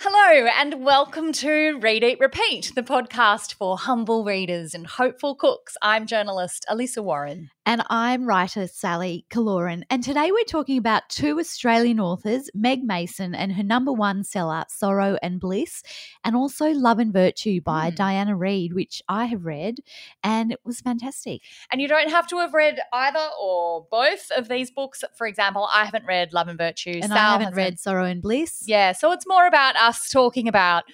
Hello, and welcome to Read, Eat, Repeat, the podcast for humble readers and hopeful cooks. I'm journalist Alyssa Warren. And I'm writer Sally Kaloran. And today we're talking about two Australian authors, Meg Mason and her number one seller, Sorrow and Bliss, and also Love and Virtue by Mm. Diana Reid, which I have read and it was fantastic. And you don't have to have read either or both of these books. For example, I haven't read Love and Virtue. And Sal I haven't hasn't. read Sorrow and Bliss. Yeah, so it's more about us talking about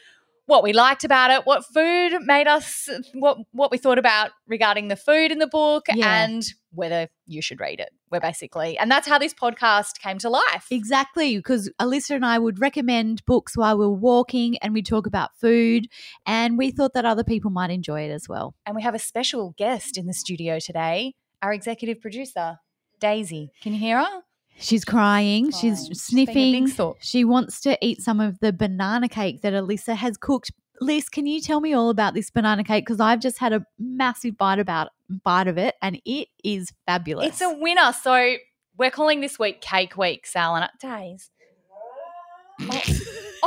what we liked about it, what food made us, what what we thought about regarding the food in the book, Yeah. and whether you should read it. We're basically, and that's how this podcast came to life. Exactly, because Alyssa and I would recommend books while we're walking and we talk about food, and we thought that other people might enjoy it as well. And we have a special guest in the studio today, our executive producer, Daisy. Can you hear her? She's crying, Fine. she's being a big sniffing, thought. She wants to eat some of the banana cake that Alyssa has cooked. Liz, can you tell me all about this banana cake? Because I've just had a massive bite about bite of it, and it is fabulous. It's a winner. So we're calling this week Cake Week, Sal and Days.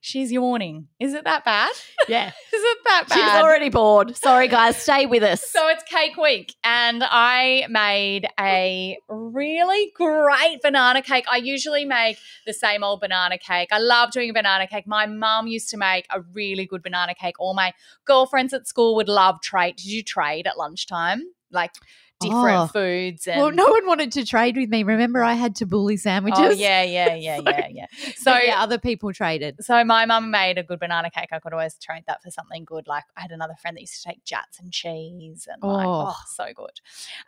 She's yawning. Is it that bad? yeah. Is it that bad? bored. Sorry, guys. Stay with us. So it's cake week, and I made a really great banana cake. I usually make the same old banana cake. I love doing a banana cake. My mum used to make a really good banana cake. All my girlfriends at school would love trade. Did you trade at lunchtime? Like different Oh. foods and well, no one wanted to trade with me. Remember, I had tabbouleh sandwiches. oh yeah, yeah, yeah, yeah, yeah. So But yeah, other people traded. so my mum made a good banana cake. I could always trade that for something good. Like I had another friend that used to take jats and cheese and like, Oh. oh, so good.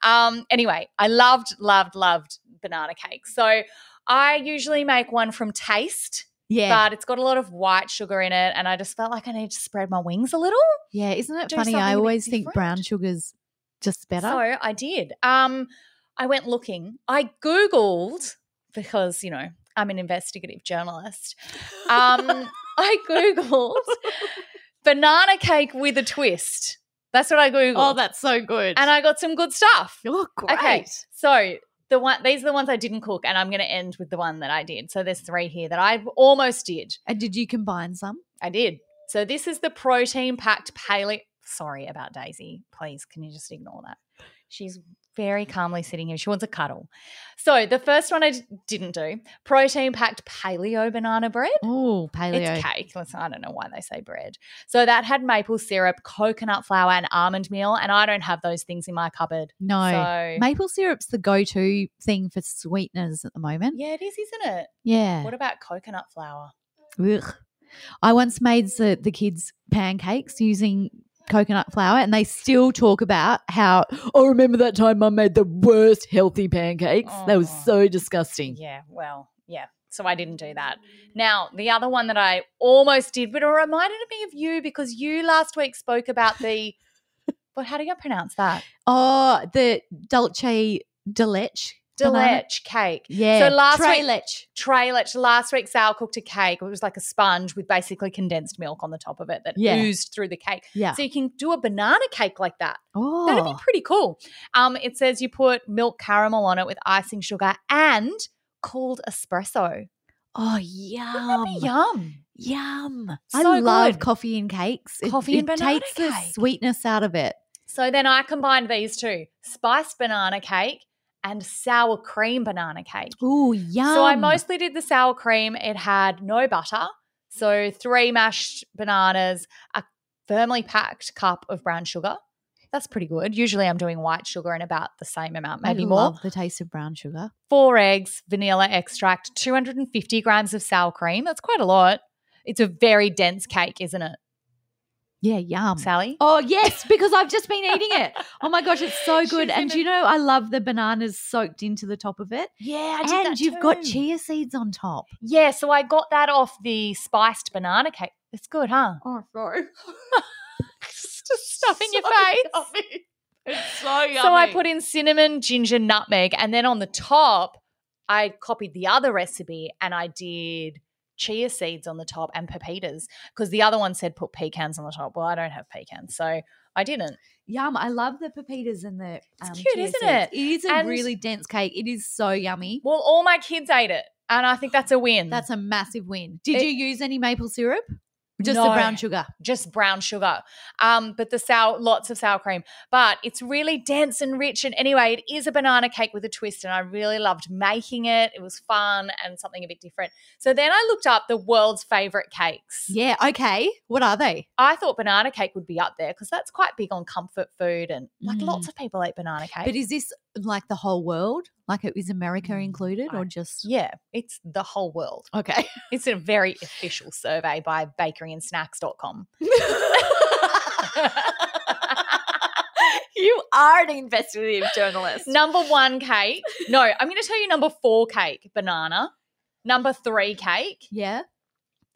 Um, anyway, I loved, loved, loved banana cake. So I usually make one from taste, Yeah, but it's got a lot of white sugar in it, and I just felt like I needed to spread my wings a little. yeah. Isn't it do funny? something a I bit always think different. brown sugar's just better. So I did. Um, I went looking. I Googled because, you know, I'm an investigative journalist. Um, I Googled banana cake with a twist. That's what I Googled. Oh, that's so good. and I got some good stuff. oh, great. Okay. So the one these are the ones I didn't cook, and I'm gonna end with the one that I did. So there's three here that I almost did. And did you combine some? I did. So this is the protein packed paleo. Sorry about Daisy. Please, can you just ignore that? She's very calmly sitting here. She wants a cuddle. So the first one I d- didn't do protein packed paleo banana bread. Oh, paleo. It's cake. Listen, I don't know why they say bread. So that had maple syrup, coconut flour, and almond meal. And I don't have those things in my cupboard. No. So Maple syrup's the go to thing for sweeteners at the moment. yeah, it is, isn't it? Yeah. What about coconut flour? Ugh. I once made the, the kids pancakes using coconut flour, and they still talk about how, oh, remember that time mum made the worst healthy pancakes? That was Oh. so disgusting. Yeah, well, yeah. So I didn't do that. Now, the other one that I almost did, but it reminded me of you because you last week spoke about the. But how do you pronounce that? Oh, the dulce de leche. Banana- Delech cake. Yeah. So last Tray week- leche. Trailet. Last week, Sal cooked a cake. It was like a sponge with basically condensed milk on the top of it that Yeah. oozed through the cake. Yeah. So you can do a banana cake like that. That'd be oh, pretty cool. Um, it says you put milk caramel on it with icing sugar and cold espresso. oh That'd yum. be yum. Yum. So I love good. coffee and cakes. It- Coffee and it banana takes cake. the sweetness out of it. So then I combined these two spiced banana cake and sour cream banana cake. Ooh, yum. So I mostly did the sour cream. It had no butter. So three mashed bananas, a firmly packed cup of brown sugar. That's pretty good. Usually I'm doing white sugar in about the same amount, maybe I more. Love the taste of brown sugar. Four eggs, vanilla extract, 250 grams of sour cream. That's quite a lot. It's a very dense cake, isn't it, Yeah, yum. Sally? Oh yes, because I've just been eating it. Oh my gosh, it's so She's good. in And do it. you know, I love the bananas soaked into the top of it. yeah, and you've got cheese. chia seeds on top. Yeah, so I got that off the spiced banana cake. It's good, huh? Oh sorry. Just stuff in your face. It's so yummy. So I put in cinnamon, ginger, nutmeg, and then on the top, I copied the other recipe and I did chia seeds on the top and pepitas because the other one said put pecans on the top. Well, I don't have pecans, so I didn't. Yum. I love the pepitas and the um, It's cute, chia isn't seeds. it? It is a And- really dense cake. It is so yummy. Well, all my kids ate it. And I think that's a win. That's a massive win. Did It- you use any maple syrup? Just No. the brown sugar. just brown sugar. Um, but the sour, lots of sour cream. But it's really dense and rich. And anyway, it is a banana cake with a twist, and I really loved making it. It was fun and something a bit different. So then I looked up the world's favorite cakes. Yeah. Okay. What are they? I thought banana cake would be up there because that's quite big on comfort food, and like Mm. lots of people eat banana cake. But is this like the whole world? Like, it- is America Mm, included I- or just? yeah, it's the whole world. Okay. It's a very official survey by bakeryandsnacks.com. you are an investigative journalist. Number one cake. No, I'm going to tell you number four cake, banana. Number three cake, Yeah.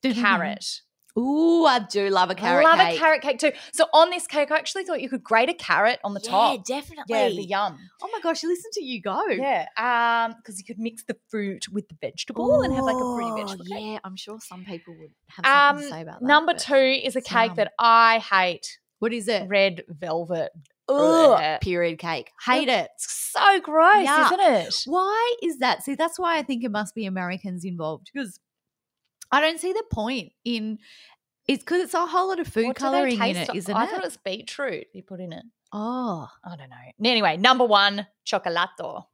carrot. Ooh, I do love a carrot. Love cake. a carrot cake too. So on this cake, I actually thought you could grate a carrot on the Yeah, top. definitely. Yeah, it'd be yum. oh my gosh, listen to you go. Yeah, um, because you could mix the fruit with the vegetable and have like a fruity vegetable cake. Yeah, I'm sure some people would have Um, something to say about that. Number but- two is a cake Some. that I hate: What is it? red velvet. Ugh, Ugh. period cake. Hate it. It's so gross, Yuck. isn't it? Why is that? See, that's why I think it must be Americans involved because I don't see the point in. It's because it's a whole lot of food What do they coloring in taste it, like? isn't I it? thought it was beetroot you put in it. oh, I don't know. Anyway, number one, chocolato.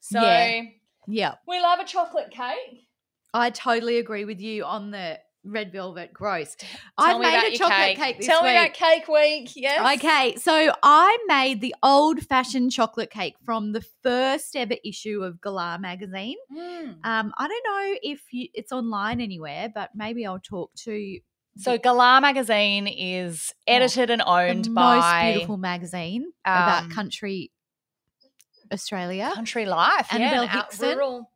So Yeah. yeah. we love a chocolate cake. I totally agree with you on the red velvet. Gross. Tell I me made about a your chocolate cake, this Tell week. me about cake week. Yes. Okay, so I made the old fashioned chocolate cake from the first ever issue of Galah magazine. Mm. Um, I don't know if you, it's online anywhere, but maybe I'll talk to So Galah magazine is edited and Oh, the owned most by beautiful magazine about um, country Australia. Country Life. Annabelle yeah, and out Hickson. rural-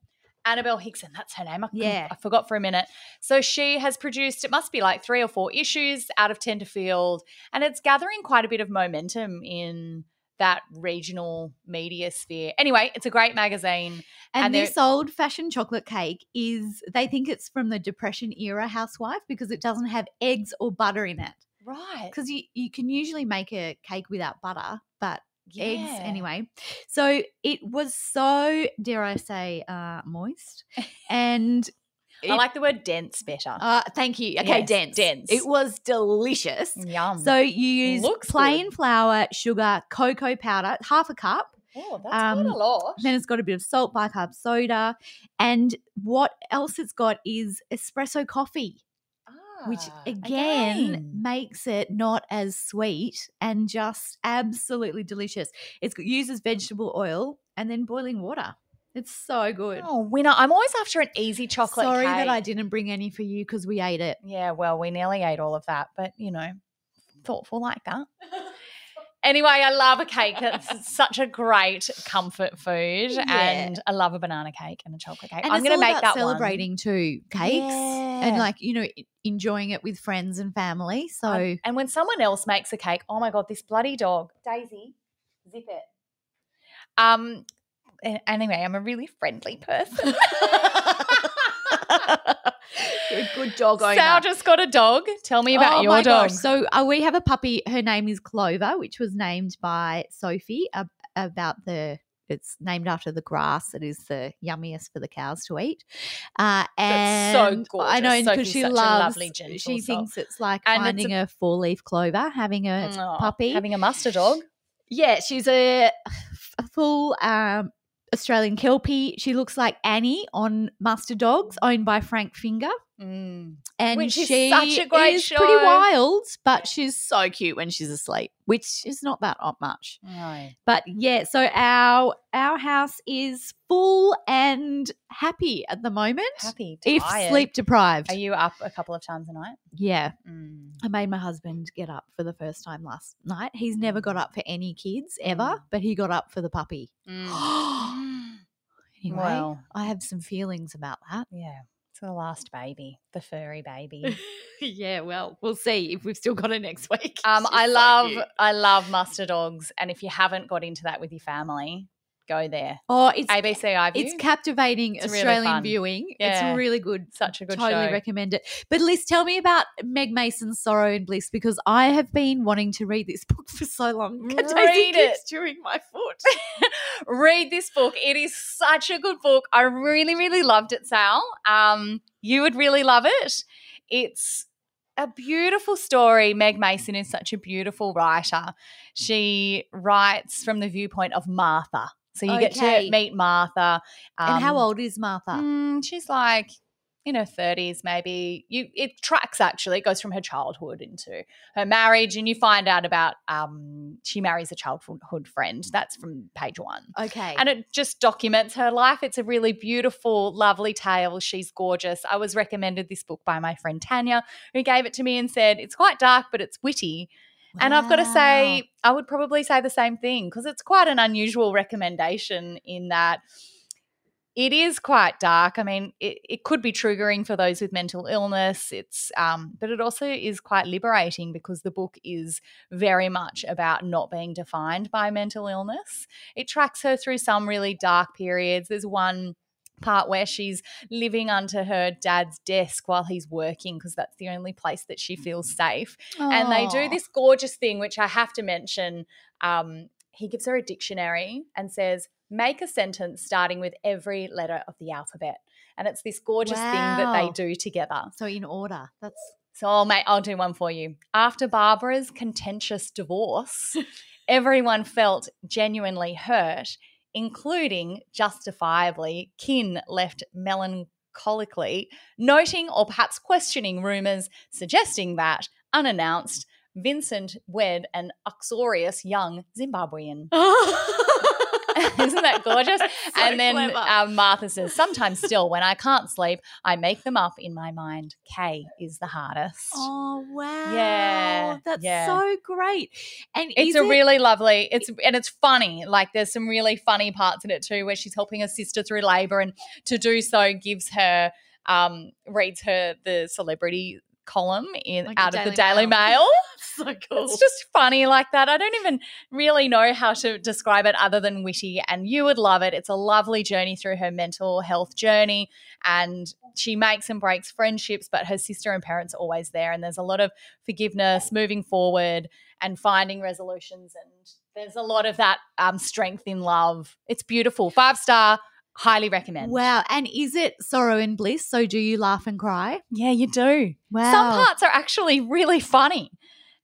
Annabelle Hickson, that's her name. I, Yeah. yeah. I forgot for a minute. So she has produced, it must be like three or four issues out of Tenterfield, and it's gathering quite a bit of momentum in that regional media sphere. Anyway, it's a great magazine. And, and they're- this old fashioned chocolate cake is, they think it's from the Depression era housewife because it doesn't have eggs or butter in it. Right. Because you, you can usually make a cake without butter, but eggs Yeah. anyway. So it was so, dare I say, uh, moist. And I like the word dense better. uh, thank you. Okay, Yes, dense. dense. It was delicious. Yum. So you use Looks plain flour, sugar, cocoa powder, half a cup. oh, that's quite a um, lot. Then it's got a bit of salt, bicarb soda, and what else it's got is espresso coffee, which Ah, again, again. makes it not as sweet and just absolutely delicious. It's got uses vegetable oil and then boiling water. It's so good. Oh, winner. I'm always after an easy chocolate Sorry cake. that I didn't bring any for you because we ate it. Yeah, well, we nearly ate all of that, but you know, thoughtful like that. Anyway, I love a cake. It's such a great comfort food, Yeah. and I love a banana cake and a chocolate cake. And I'm it's going to all make about that celebrating too cakes and Yeah. like you know e- enjoying it with friends and family. So one. And- And when someone else makes a cake, oh my god, this bloody dog, Daisy, zip it. Um. a- Anyway, I'm a really friendly person. You're a good dog owner. Sal just got a dog. Tell me about oh your my dog. Gosh. So uh, we have a puppy. Her name is Clover, which was named by Sophie ab- about the. It's named after the grass that is the yummiest for the cows to eat. Uh, That's so and I gorgeous. know because Sophie's she such a loves. lovely, gentle she soul. thinks it's like And it's finding a, four-leaf clover, having a Aw, puppy. having a muster dog. Yeah, she's a, a full um, Australian Kelpie. She looks like Annie on Master Dogs, owned by Frank Finger. Mm. And Which is she such a great is show. pretty wild, but she's so cute when she's asleep, which is not that up much. But yeah, so our our house is full and happy at the moment. Happy. If tired. sleep deprived. Are you up a couple of times a night? Mm. yeah. I made my husband get up for the first time last night. He's never got up for any kids ever, Mm. but he got up for the puppy. Anyway, Wow. I have some feelings about that. yeah. It's the last baby, the furry baby. yeah, well, we'll see if we've still got it next week. Um, I love, I love muster dogs, and if you haven't got into that with your family, go there. Oh, it's ABC Ivy. it's captivating It's really Australian fun. viewing. Yeah. It's really good. such a good totally show. recommend it. But Liz, tell me about Meg Mason's Sorrow and Bliss because I have been wanting to read this book for so long. Daisy Read it. keeps chewing my foot. Read this book. It is such a good book. I really, really loved it, Sal. Um, you would really love it. It's a beautiful story. Meg Mason is such a beautiful writer. She writes from the viewpoint of Martha. So you get Okay. to meet Martha. and how um, old is Martha? Mm, she's like in her thirties, maybe. You it tracks actually. It goes from her childhood into her marriage, and you find out about um she marries a childhood friend. That's from page one. Okay. mm, And it just documents her life. It's a really beautiful, lovely tale. She's gorgeous. I was recommended this book by my friend Tanya, who gave it to me and said, It's quite dark, but it's witty. And I've got to Wow. say, I would probably say the same thing because it's quite an unusual recommendation in that it is quite dark. I mean, it, it could be triggering for those with mental illness. It's, um, but it also is quite liberating because the book is very much about not being defined by mental illness. It tracks her through some really dark periods. There's one part where she's living under her dad's desk while he's working because that's the only place that she feels safe and they do Aw. this gorgeous thing which i have to mention um, he gives her a dictionary and says make a sentence starting with every letter of the alphabet and it's this gorgeous thing that they Wow. do together So in order. That's so I'll, mate, I'll do one for you after barbara's contentious divorce everyone felt genuinely hurt including justifiably kin left melancholically noting or perhaps questioning rumors suggesting that, unannounced, Vincent wed an uxorious young Zimbabwean. Isn't that gorgeous? So and then clever. uh, Martha says, Sometimes still, when I can't sleep, I make them up in my mind. K is the hardest. Oh wow. Yeah, That's yeah. so great. And It's is a it- really lovely. It's and it's funny. Like there's some really funny parts in it too, where she's helping her sister through labor, and to do so gives her um reads her the celebrity column in Like the out of the Daily Daily Mail. Mail. so cool. It's just funny like that. I don't even really know how to describe it other than witty, and you would love it. It's a lovely journey through her mental health journey, and she makes and breaks friendships, but her sister and parents are always there, and there's a lot of forgiveness, moving forward, and finding resolutions, and there's a lot of that um, strength in love. It's beautiful. Five star, highly recommend. Wow. And is it sorrow and bliss? So do you laugh and cry? Yeah, you do. Wow. Some parts are actually really funny.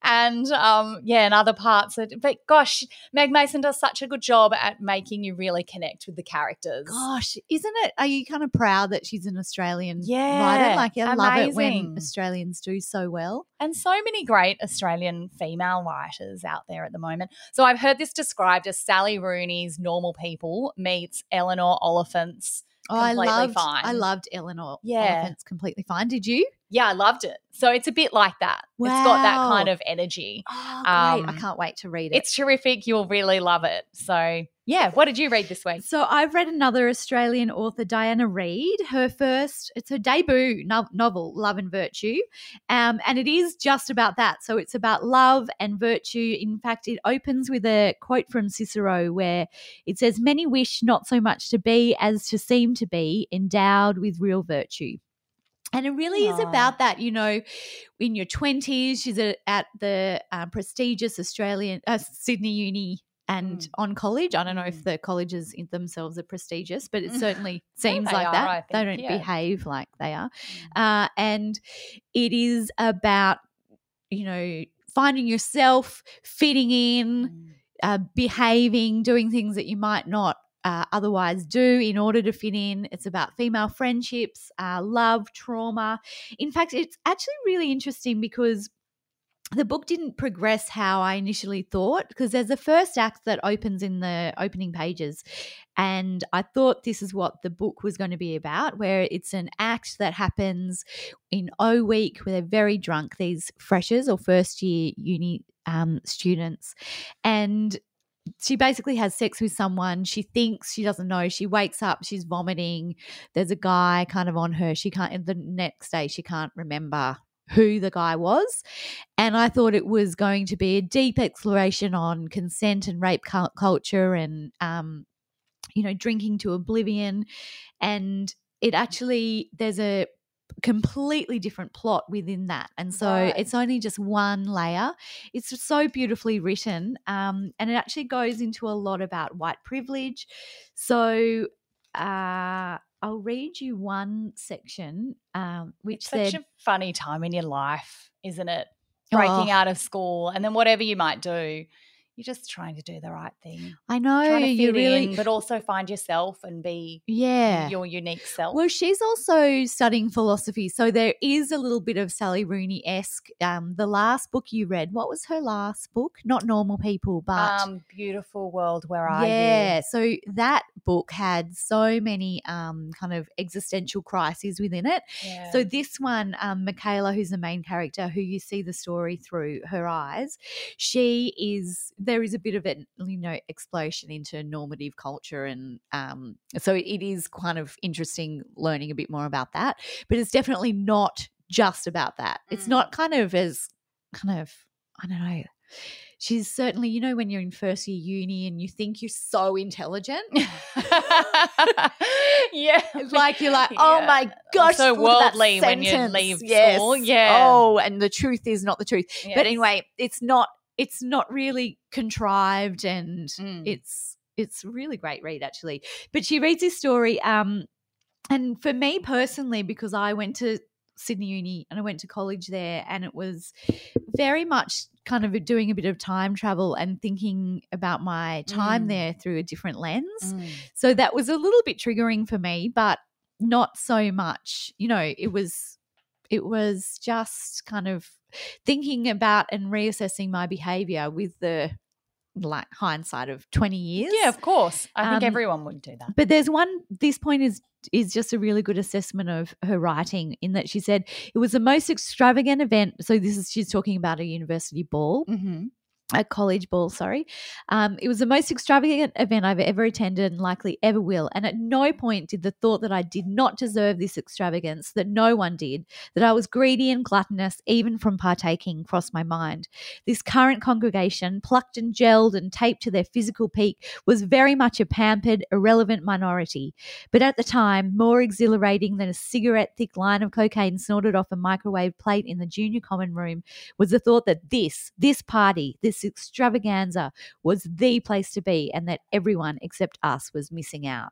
And um, yeah, and other parts. Are, but gosh, Meg Mason does such a good job at making you really connect with the characters. Gosh, isn't it? Are you kind of proud that she's an Australian Yeah, writer? Like, I love it when amazing. Australians do so well. And so many great Australian female writers out there at the moment. So I've heard this described as Sally Rooney's Normal People meets Eleanor Oliphant's. Oh, I Completely loved, I fine. loved Eleanor. Yeah. Elephant's completely fine. Did you? Yeah, I loved it. So it's a bit like that. It's got that Wow. kind of energy. Oh, great! I Um, can't wait to read it. It's terrific. You'll really love it. So yeah, what did you read this week? So I've read another Australian author, Diana Reid. Her first, it's her debut no- novel, Love and Virtue, um, and it is just about that. So it's about love and virtue. In fact, it opens with a quote from Cicero where it says, "Many wish not so much to be as to seem to be, endowed with real virtue." And it really is Aw. about that, you know, in your 20s. She's a, at the um, prestigious Australian uh, Sydney Uni and Mm. on college. I don't know if Mm. the colleges in themselves are prestigious, but it Mm. certainly seems they like are, that. I they think, don't yeah. behave like they are. Um, Uh, and it is about, you know, finding yourself, fitting in, uh, behaving, doing things that you might not uh, otherwise do in order to fit in. It's about female friendships, uh, love, trauma. In fact, it's actually really interesting because. The book didn't progress how I initially thought because there's a first act that opens in the opening pages. And I thought this is what the book was going to be about, where it's an act that happens in O week where they're very drunk, these freshers or first year uni um, students. And she basically has sex with someone. She thinks she doesn't know. She wakes up, she's vomiting. There's a guy kind of on her. She can't, and the next day, she can't remember who the guy was. And I thought it was going to be a deep exploration on consent and rape cul- culture and, um, you know, drinking to oblivion. And it actually, there's a completely different plot within that. And so Right. it's only just one layer. It's just so beautifully written. Um, and it actually goes into a lot about white privilege. So uh, I'll read you one section, um, which It's said, such a funny time in your life, isn't it? Breaking Oh. out of school and then whatever you might do, you're just trying to do the right thing. I know trying to fit Oh, you really, in, but also find yourself and be yeah. your unique self. Well, she's also studying philosophy, so there is a little bit of Sally Rooney esque. Um, the last book you read, what was her last book? Not Normal People, but um, beautiful world, where are yeah. So that book had so many um, kind of existential crises within it. you? Yeah. So this one, um, Michaela, who's the main character, who you see the story through her eyes, she is. There is a bit of an you know explosion into normative culture, and um, so it is kind of interesting learning a bit more about that. But it's definitely not just about that. It's Mm. not kind of as kind of I don't know. She's certainly, you know, when you're in first year uni and you think you're so intelligent, yeah, it's like you're like, oh Yeah. my gosh, so look at that worldly when you sentence. leave Yes. school. Yeah. Oh, and the truth is not the truth. Yes. But anyway, it's not. It's not really contrived, and Mm. it's it's a really great read actually. But she reads this story, um, and for me personally, because I went to Sydney Uni and I went to college there, and it was very much kind of doing a bit of time travel and thinking about my time Mm. there through a different lens. Mm. So that was a little bit triggering for me, but not so much. You know, it was it was just kind of thinking about and reassessing my behavior with the like hindsight of 20 years. yeah, of course. I think Um, everyone would do that. But there's one this point is is just a really good assessment of her writing in that she said it was the most extravagant event. So this is she's talking about a university ball Mm-hmm. a college ball, sorry. Um, it was the most extravagant event I've ever attended and likely ever will. And at no point did the thought that I did not deserve this extravagance, that no one did, that I was greedy and gluttonous, even from partaking, cross my mind. This current congregation, plucked and gelled and taped to their physical peak, was very much a pampered, irrelevant minority. But at the time, more exhilarating than a cigarette thick line of cocaine snorted off a microwave plate in the junior common room was the thought that this, this party, this extravaganza was the place to be and that everyone except us was missing out.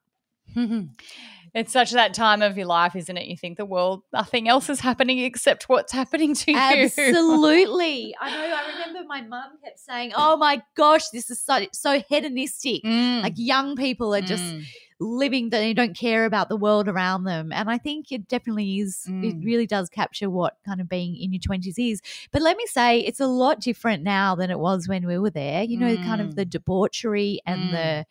it's such that time of your life, isn't it? You think the world, nothing else is happening except what's happening to you. Absolutely. I know. I remember my mum kept saying, oh my gosh, this is so, so hedonistic. Mm, Like young people are just mm. living that they don't care about the world around them. And I think it definitely is, Mm. it really does capture what kind of being in your 20s is. But let me say, it's a lot different now than it was when we were there. You know, kind Mm. of the debauchery and Mm. the,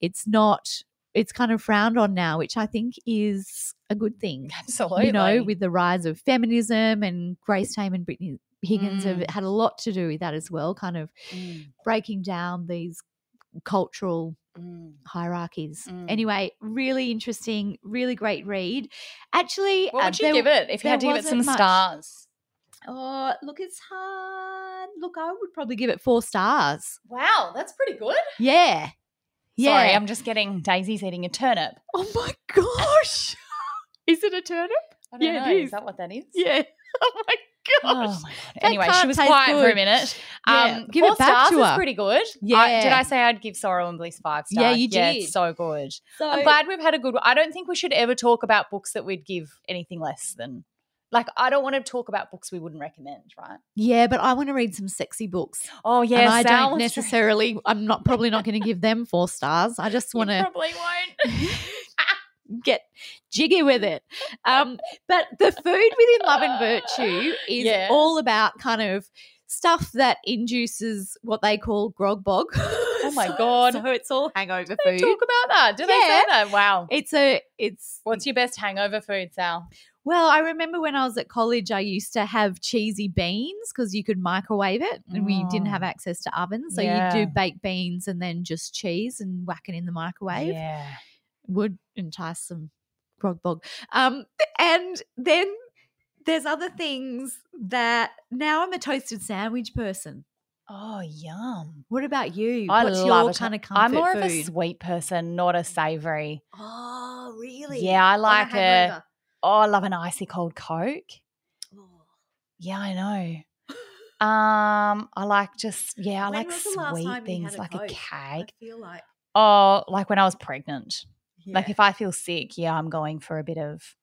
it's not, it's kind of frowned on now, which I think is a good thing. absolutely. You know, with the rise of feminism and Grace Tame and Brittany Higgins Mm. have had a lot to do with that as well, kind of Mm, breaking down these cultural mm. hierarchies. Mm. Anyway, really interesting, really great read. Actually, what uh, would you there- give it if you had to there give it some wasn't much. stars? Oh, look, it's hard. Look, I would probably give it four stars. Wow, that's pretty good. Yeah. Yeah. Sorry, I'm just getting Daisy's eating a turnip. oh my gosh. is it a turnip? I don't Yeah, it know. is. that what that is? Yeah. Oh my Oh my god. That Anyway, she can't was taste quiet for a good. minute. Yeah, Um, give four it back stars to was her. pretty good. I, Yeah. did I say I'd give Sorrow and Bliss five stars? Yeah, you it's did. so good. So, I'm glad we've had a good. I don't think we should ever talk about books that we'd give anything less than. Like, I don't want to talk about books we wouldn't recommend, right? yeah, but I want to read some sexy books. Oh yeah, and I Sal don't was trying- necessarily I'm not probably not going to give them four stars. I just You want to probably won't. get jiggy with it. Um, but the food within Love and Virtue is Yeah. all about kind of stuff that induces what they call grog bog. Oh my God. So it's all hangover They food. talk about that. Do they say Yeah. that? Wow. It's a it's What's your best hangover food, Sal? well, I remember when I was at college I used to have cheesy beans because you could microwave it and we didn't have Mm. access to ovens. So Yeah. you do baked beans and then just cheese and whack it in the microwave. Yeah. would entice some grog bog. Um, and then there's other things that now I'm a toasted sandwich person. Oh, yum. What about you? I What's love your it. kind of comfort I'm more of food? a sweet person, not a savory. Oh, really? Yeah, I On a like a, hangover. oh, I love an icy cold Coke. Oh. Yeah, I know. Um, I like just yeah, I When like was the last time sweet you things had a like a Coke? I cake. feel like Oh, like when I was pregnant. Like yeah. if I feel sick, yeah, I'm going for a bit of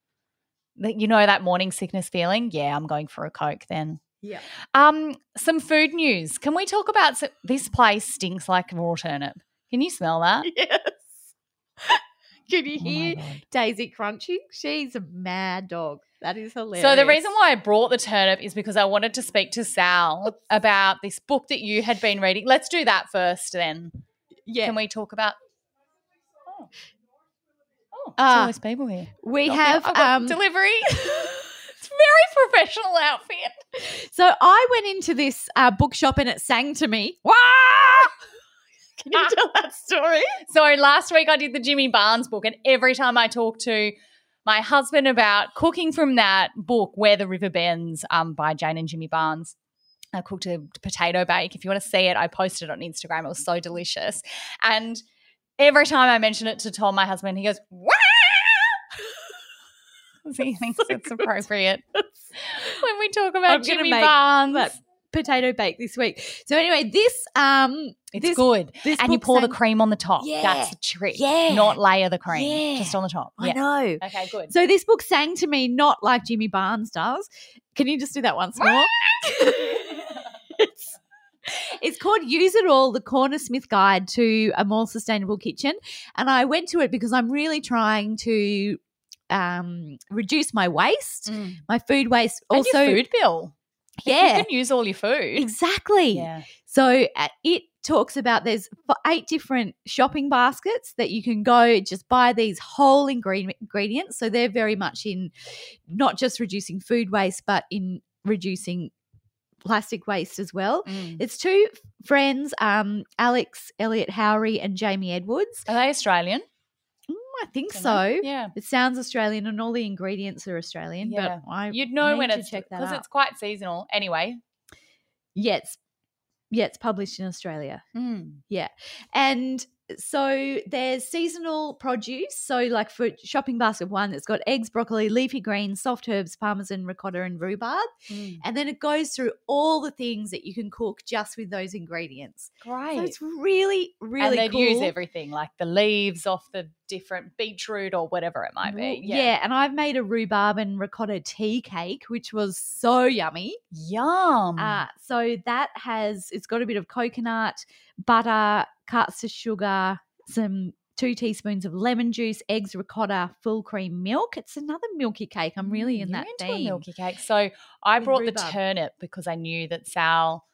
like, you know that morning sickness feeling? Yeah, I'm going for a Coke then. yeah. Um, some food news. Can we talk about so- this place stinks like raw turnip? Can you smell that? Yes. Can you Oh my hear God. Daisy crunching? She's a mad dog. That is hilarious. So the reason why I brought the turnip is because I wanted to speak to Sal about this book that you had been reading. Let's do that first then. yeah, Can we talk about? Oh, oh there's Ah. all these people here. we Oh, have I've got um, delivery. it's very professional outfit. So I went into this uh, bookshop and it sang to me. Wow! Can you tell that story? So last week I did the Jimmy Barnes book, and every time I talk to my husband about cooking from that book, Where the River Bends, um, by Jane and Jimmy Barnes. I cooked a potato bake. If you want to see it, I posted it on Instagram. It was so delicious. And every time I mention it to Tom, my husband, he goes, Wow! he thinks it's appropriate when we talk about I'm gonna Jimmy make Barnes. that Potato bake this week. So anyway, this um, it's this, good. this And you book pour the sang- cream on the top. Yeah. That's the trick. Yeah. Not layer the cream, Yeah. just on the top. I know. Okay, good. So this book sang to me not like Jimmy Barnes does. Can you just do that once more? it's, it's called Use It All, the Corner Smith Guide to a More Sustainable Kitchen. And I went to it because I'm really trying to um, reduce my waste, my Mm. food waste. Also, and your food bill. If yeah, you can use all your food. exactly. Yeah, So uh, it talks about there's f- eight different shopping baskets that you can go just buy these whole ingre- ingredients. So they're very much in not just reducing food waste, but in reducing plastic waste as well. Mm. It's two friends, um, Alex Elliot Howery and Jamie Edwards. are they Australian? Mm, I think Don't so. know. yeah, It sounds Australian, and all the ingredients are Australian. Yeah. But I you'd know need when to it's check that because out. it's quite seasonal. Anyway, yeah, it's yeah, it's published in Australia. Mm. And so there's seasonal produce. So, like for shopping basket one, it's got eggs, broccoli, leafy greens, soft herbs, parmesan, ricotta, and rhubarb. And then it goes through all the things that you can cook just with those ingredients. great. So it's really, really and they'd cool. use everything like the leaves off the different beetroot or whatever it might be. Mm-hmm. yeah. and I've made a rhubarb and ricotta tea cake, which was so yummy. yum. Uh, so that has it's got a bit of coconut, butter, cuts of sugar, some two teaspoons of lemon juice, eggs, ricotta, full cream milk. It's another milky cake. I'm really Mm, in you're that into a theme. milky cake. So I With brought the rhubarb. turnip because I knew that Sal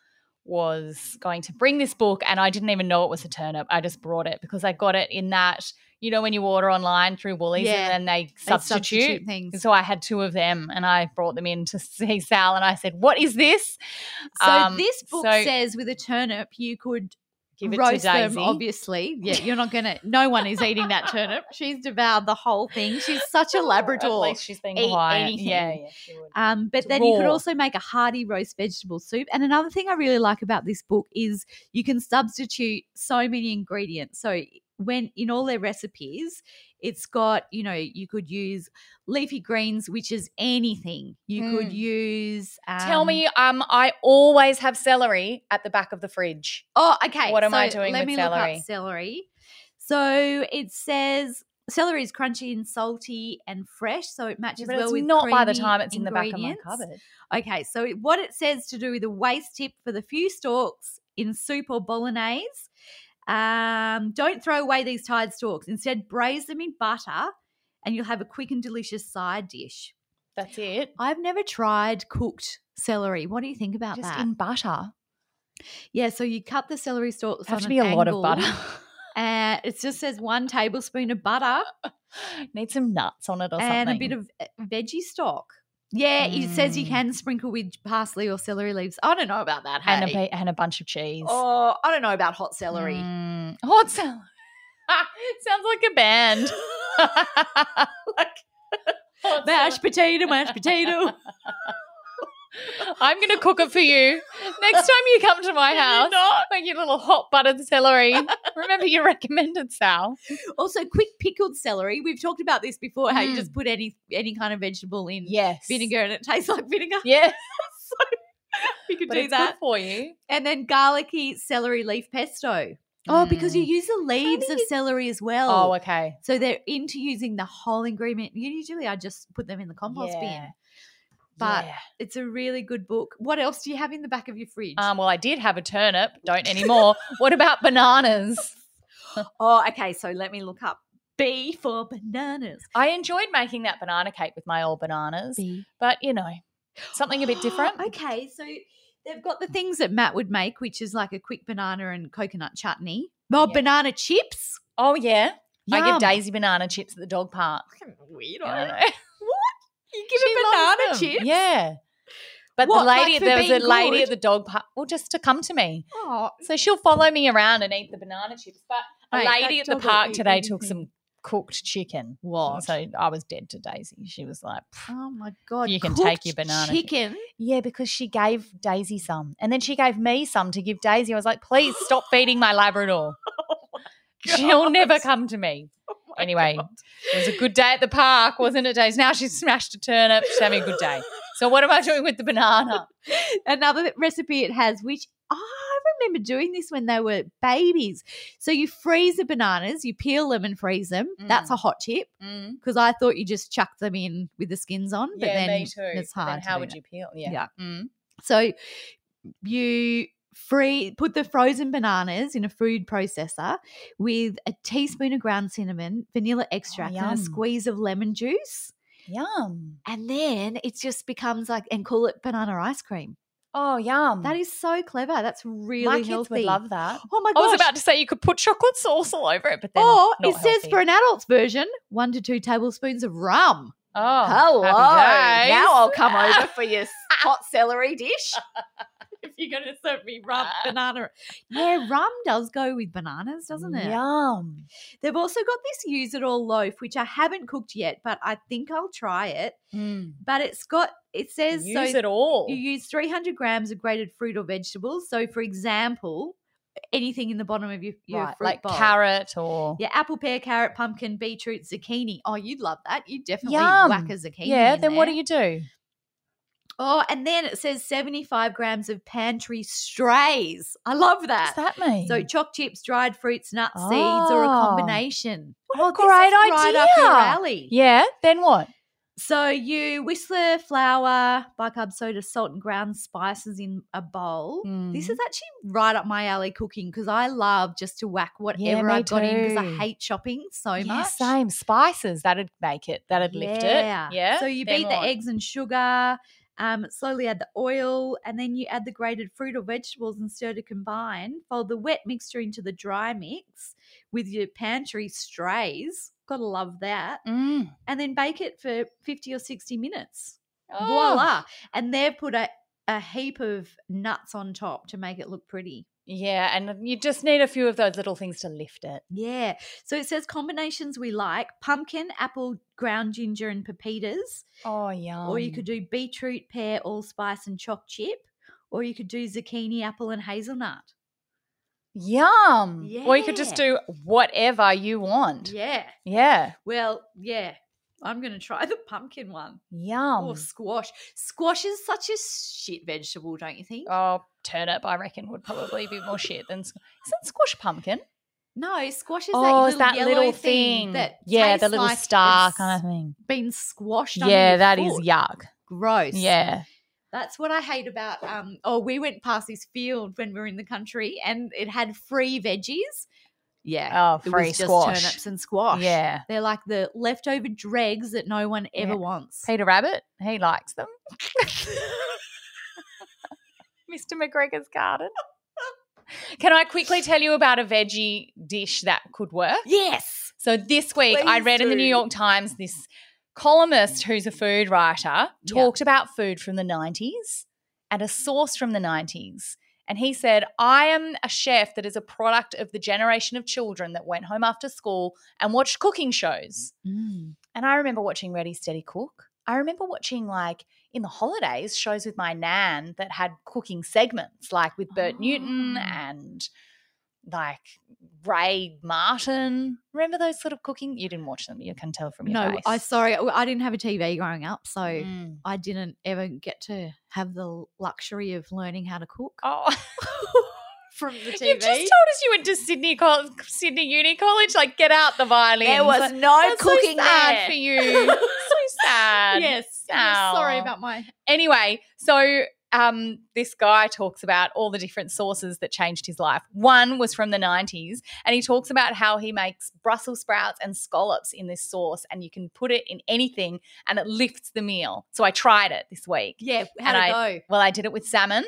was going to bring this book, and I didn't even know it was a turnip. I just brought it because I got it in that you know when you order online through Woolies Yeah, and then they They substitute. things. So, So I had two of them, and I brought them in to see Sal, and I said, "What is this?" um, this book so- says with a turnip you could Give it roast to Daisy. them. Obviously, yeah, you're not gonna. No one is eating that turnip. She's devoured the whole thing. She's such a Or At Labrador. least she's being Eat quiet. Yeah, anything. yeah, she would. Um, but It's then you could raw. also make a hearty roast vegetable soup. And another thing I really like about this book is you can substitute so many ingredients. So when in all their recipes, it's got you know you could use leafy greens, which is anything. You could Mm. use. Um, Tell me, um, I always have celery at the back of the fridge. Oh, okay. What am I so doing let with me Look celery? up celery. So it says celery is crunchy and salty and fresh, so it matches But well it's with not by the creamy time it's in the back of my ingredients. cupboard. Okay, so it- what it says to do with a waste tip for the few stalks in soup or bolognese, um, don't throw away these tired stalks. Instead, braise them in butter, and you'll have a quick and delicious side dish. That's it. I've never tried cooked celery. What do you think about Just that? in butter. yeah, so you cut the celery stalks. Have on to an be a lot of angle, butter. And it just says one tablespoon of butter Need some nuts on it or and something. a bit of uh, veggie stock. Yeah, it says you Mm. can sprinkle with parsley or celery leaves. I don't know about that. Hey? and a, ba- and a bunch of cheese. Oh, I don't know about hot celery. Mm. Hot celery. Sounds like a band. like Oh, hot Mashed potato, mashed potato. celery. I'm gonna cook it for you. Next time you come to my Did you house, not? make your little hot buttered celery. Remember your recommended Sal. Also, quick pickled celery. We've talked about this before. How you Mm. just put any any kind of vegetable in Yes, vinegar and it tastes like vinegar. Yes, You could but do it's that. good for you. And then garlicky celery leaf pesto. Oh, because you use the leaves do of you- celery as well. Mm. Oh, okay. So they're into using the whole ingredient. Usually, I just put them in the compost Yeah. bin. But Yeah. it's a really good book. What else do you have in the back of your fridge? um, well, I did have a turnip. Don't anymore. what about bananas? oh, okay. So let me look up B for bananas. I enjoyed making that banana cake with my old bananas, B. but you know, something a bit different. okay, so they've got the things that Matt would make, which is like a quick banana and coconut chutney. Oh, Yeah. banana chips. Oh yeah, I give Yum. Daisy banana chips at the dog park. Weird. I don't know. You give She her banana loves them. chips. Yeah. But What, the lady, like for there was a being lady good? at the dog park, well, just to come to me. Oh, So she'll follow me around and eat the banana chips. But a Mate, that lady at the dog will park eat today took anything. some cooked chicken. What? So I was dead to Daisy. She was like, "Pff." oh my god! You can take cooked your banana chip. chicken. yeah, because she gave Daisy some. And then she gave me some to give Daisy. I was like, please stop feeding my Labrador. Oh She'll never come to me. Anyway, It was a good day at the park, wasn't it, Daisy? Now she's smashed a turnip. She's having a good day. So what am I doing with the banana? another recipe it has, which I remember doing this when they were babies. So you freeze the bananas, you peel them and freeze them. That's Mm. a hot chip Mm. because I thought you just chuck them in with the skins on, but then it's But hard. Then how would you peel? Yeah. Yeah. Mm. So you free put the frozen bananas in a food processor with a teaspoon of ground cinnamon, vanilla extract, and Oh, yum. a squeeze of lemon juice. Yum. And then it just becomes like, and call it banana ice cream. Oh, yum. That is so clever. That's really My kids healthy. would love that. Oh my I gosh. was about to say you could put chocolate sauce all over it, but then or not it says healthy. for an adult's version, one to two tablespoons of rum. oh, Hello. happy days. Now I'll come over for your s- hot celery dish. if you're going to serve me rum, banana. Yeah, rum does go with bananas, doesn't it? Yum. They've also got this use it all loaf, which I haven't cooked yet, but I think I'll try it. Mm. But it's got, it says, Use so it all. you use 300 grams of grated fruit or vegetables. So, for example, anything in the bottom of your, your right, fruit like bowl. carrot or Yeah, apple, pear, carrot, pumpkin, beetroot, zucchini. Oh, you'd love that. You definitely whack a zucchini. Yeah, in then what do there. you do? Oh, and then it says 75 grams of pantry strays. I love What's that. that mean? So choc chips, dried fruits, nuts, seeds, or a Oh. combination. oh, This great is Right up your idea. alley. yeah, then what? So you whistler flour, bicarb soda, salt, and ground spices in a bowl. This Mm. is actually right up my alley cooking because I love just to whack Yeah, whatever me I've got in because I too. hate shopping so yeah, much. Same spices. That'd make it. That'd lift it. Yeah. So you then beat what? the eggs and sugar, um, slowly add the oil, and then you add the grated fruit or vegetables and stir to combine. Fold the wet mixture into the dry mix with your pantry strays. Gotta love that. Mm. And then bake it for 50 or 60 minutes. Oh, Voila. And they've put a, a heap of nuts on top to make it look pretty. Yeah, and you just need a few of those little things to lift it. Yeah. So it says combinations we like pumpkin, apple, ground ginger, and pepitas. Oh, yeah. or you could do beetroot, pear, allspice, and choc chip, or you could do zucchini, apple, and hazelnut. Yum. Or you could just Yeah. do whatever you want. Yeah. Yeah. Well, yeah. I'm going to try the pumpkin one. Yum. or squash. Squash is such a shit vegetable, don't you think? Oh, turnip, I reckon, would probably be more shit than. squ- Isn't squash pumpkin? No, squash is oh, that, it's that yellow little thing. thing. that yeah, the tastes little like star it's kind of thing. Been squashed. Yeah, that is yeah. yuck. Gross. Yeah. That's what I hate about um oh we went past this field when we were in the country and it had free veggies. Yeah. Oh, it free was squash. just turnips and squash. Yeah. They're like the leftover dregs that no one ever Yeah. wants. Peter Rabbit, he likes them. Mr. McGregor's garden. Can I quickly tell you about a veggie dish that could work? Yes. So this week, I Please read in the New do. York Times this columnist who's a food writer Yeah. talked about food from the 90s and a source from the 90s. And he said, I am a chef that is a product of the generation of children that went home after school and watched cooking shows. Mm. And I remember watching Ready Steady Cook. I remember watching like in the holidays shows with my nan that had cooking segments like with Bert Newton Oh. and like Ray Martin. Remember those sort of cooking? You didn't watch them. You can tell from your No, face. I sorry, I I didn't have a TV growing up, so Mm. I didn't ever get to have the luxury of learning how to cook Oh, from the you just told us you went to Sydney Col- Sydney Uni College. Like, get out the violin. there was no That's cooking so sad there. for you. so sad. yes, yes, sorry Ow. about my Anyway, so um, this guy talks about all the different sources that changed his life. One was from the 90s, and he talks about how he makes Brussels sprouts and scallops in this sauce, and you can put it in anything and it lifts the meal. So I tried it this week. yeah. How And to go? Well, I did it with salmon.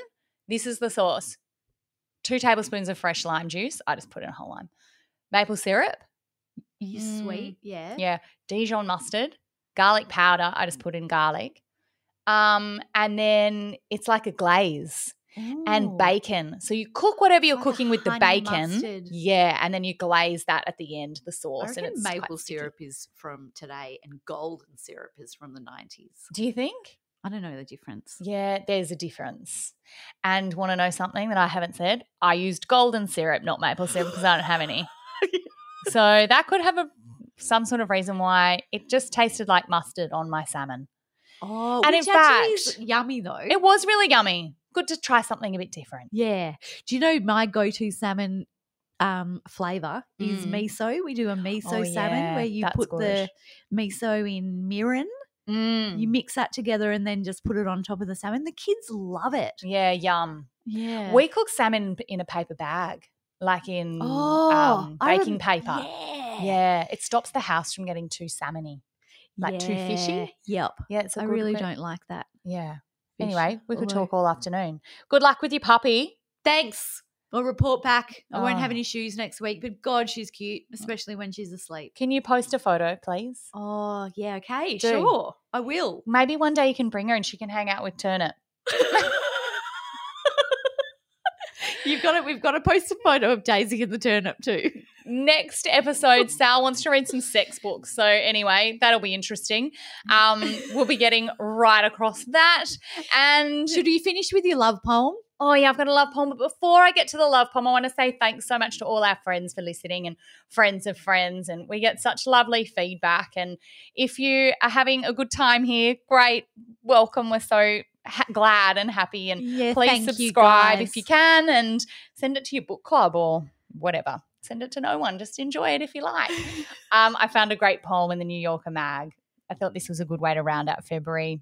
This is the sauce two tablespoons of fresh lime juice. I just put in a whole lime, maple syrup, You Mm. sweet, yeah. Yeah. Dijon mustard, garlic powder. I just put in garlic. Um, and then it's like a glaze Ooh. and bacon. So you cook whatever you're like a cooking with the honey bacon. mustard. Yeah. And then you glaze that at the end, the I sauce. And reckon it's quite maple sticky. syrup is from today, and golden syrup is from the nineties. Do you think? I don't know the difference. Yeah, there's a difference. And want to know something that I haven't said? I used golden syrup, not maple syrup, because I don't have any. so that could have a some sort of reason why it just tasted like mustard on my salmon. Oh, And in which actually is fact- yummy though. It was really yummy. Good to try something a bit different. yeah. Do you know my go-to salmon um, flavor is Mm. miso? We do a miso Oh, salmon yeah, where you that's put good. the miso in mirin. Mm. You mix that together and then just put it on top of the salmon. The kids love it. yeah, yum. Yeah. We cook salmon p- in a paper bag, like in oh, um, I baking rem- paper. Yeah. Yeah. it stops the house from getting too salmony. like too fishy? Yep. Yeah, it's a I good really que- don't like that. Yeah. fish, Anyway, we could although- talk all afternoon. Good luck with your puppy. Thanks. I'll report back. I won't have Oh. any shoes next week, but God, she's cute, especially when she's asleep. Can you post a photo, please? Oh, yeah, okay, Do. sure. I will. Maybe one day you can bring her and she can hang out with Turnip. You've got it. We've got to post a photo of Daisy and the turnip too. Next episode, Sal wants to read some sex books. So anyway, that'll be interesting. Um, we'll be getting right across that. And Should we finish with your love poem? Oh, yeah, I've got a love poem. But before I get to the love poem, I want to say thanks so much to all our friends for listening and friends of friends. And we get such lovely feedback. And if you are having a good time here, great. Welcome. We're so ha- glad and happy. And Yeah, please thank you, subscribe if guys. you can and send it to your book club or whatever. Send it to no one. Just enjoy it if you like. um, I found a great poem in the New Yorker mag. I thought this was a good way to round out February.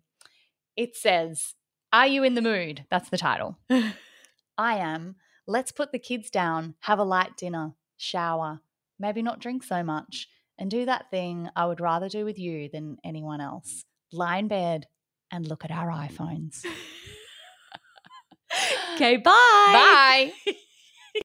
It says, Are you in the mood? That's the title. I am. Let's put the kids down, have a light dinner, shower, maybe not drink so much, and do that thing I would rather do with you than anyone else lie in bed and look at our iPhones. Okay, bye. Bye.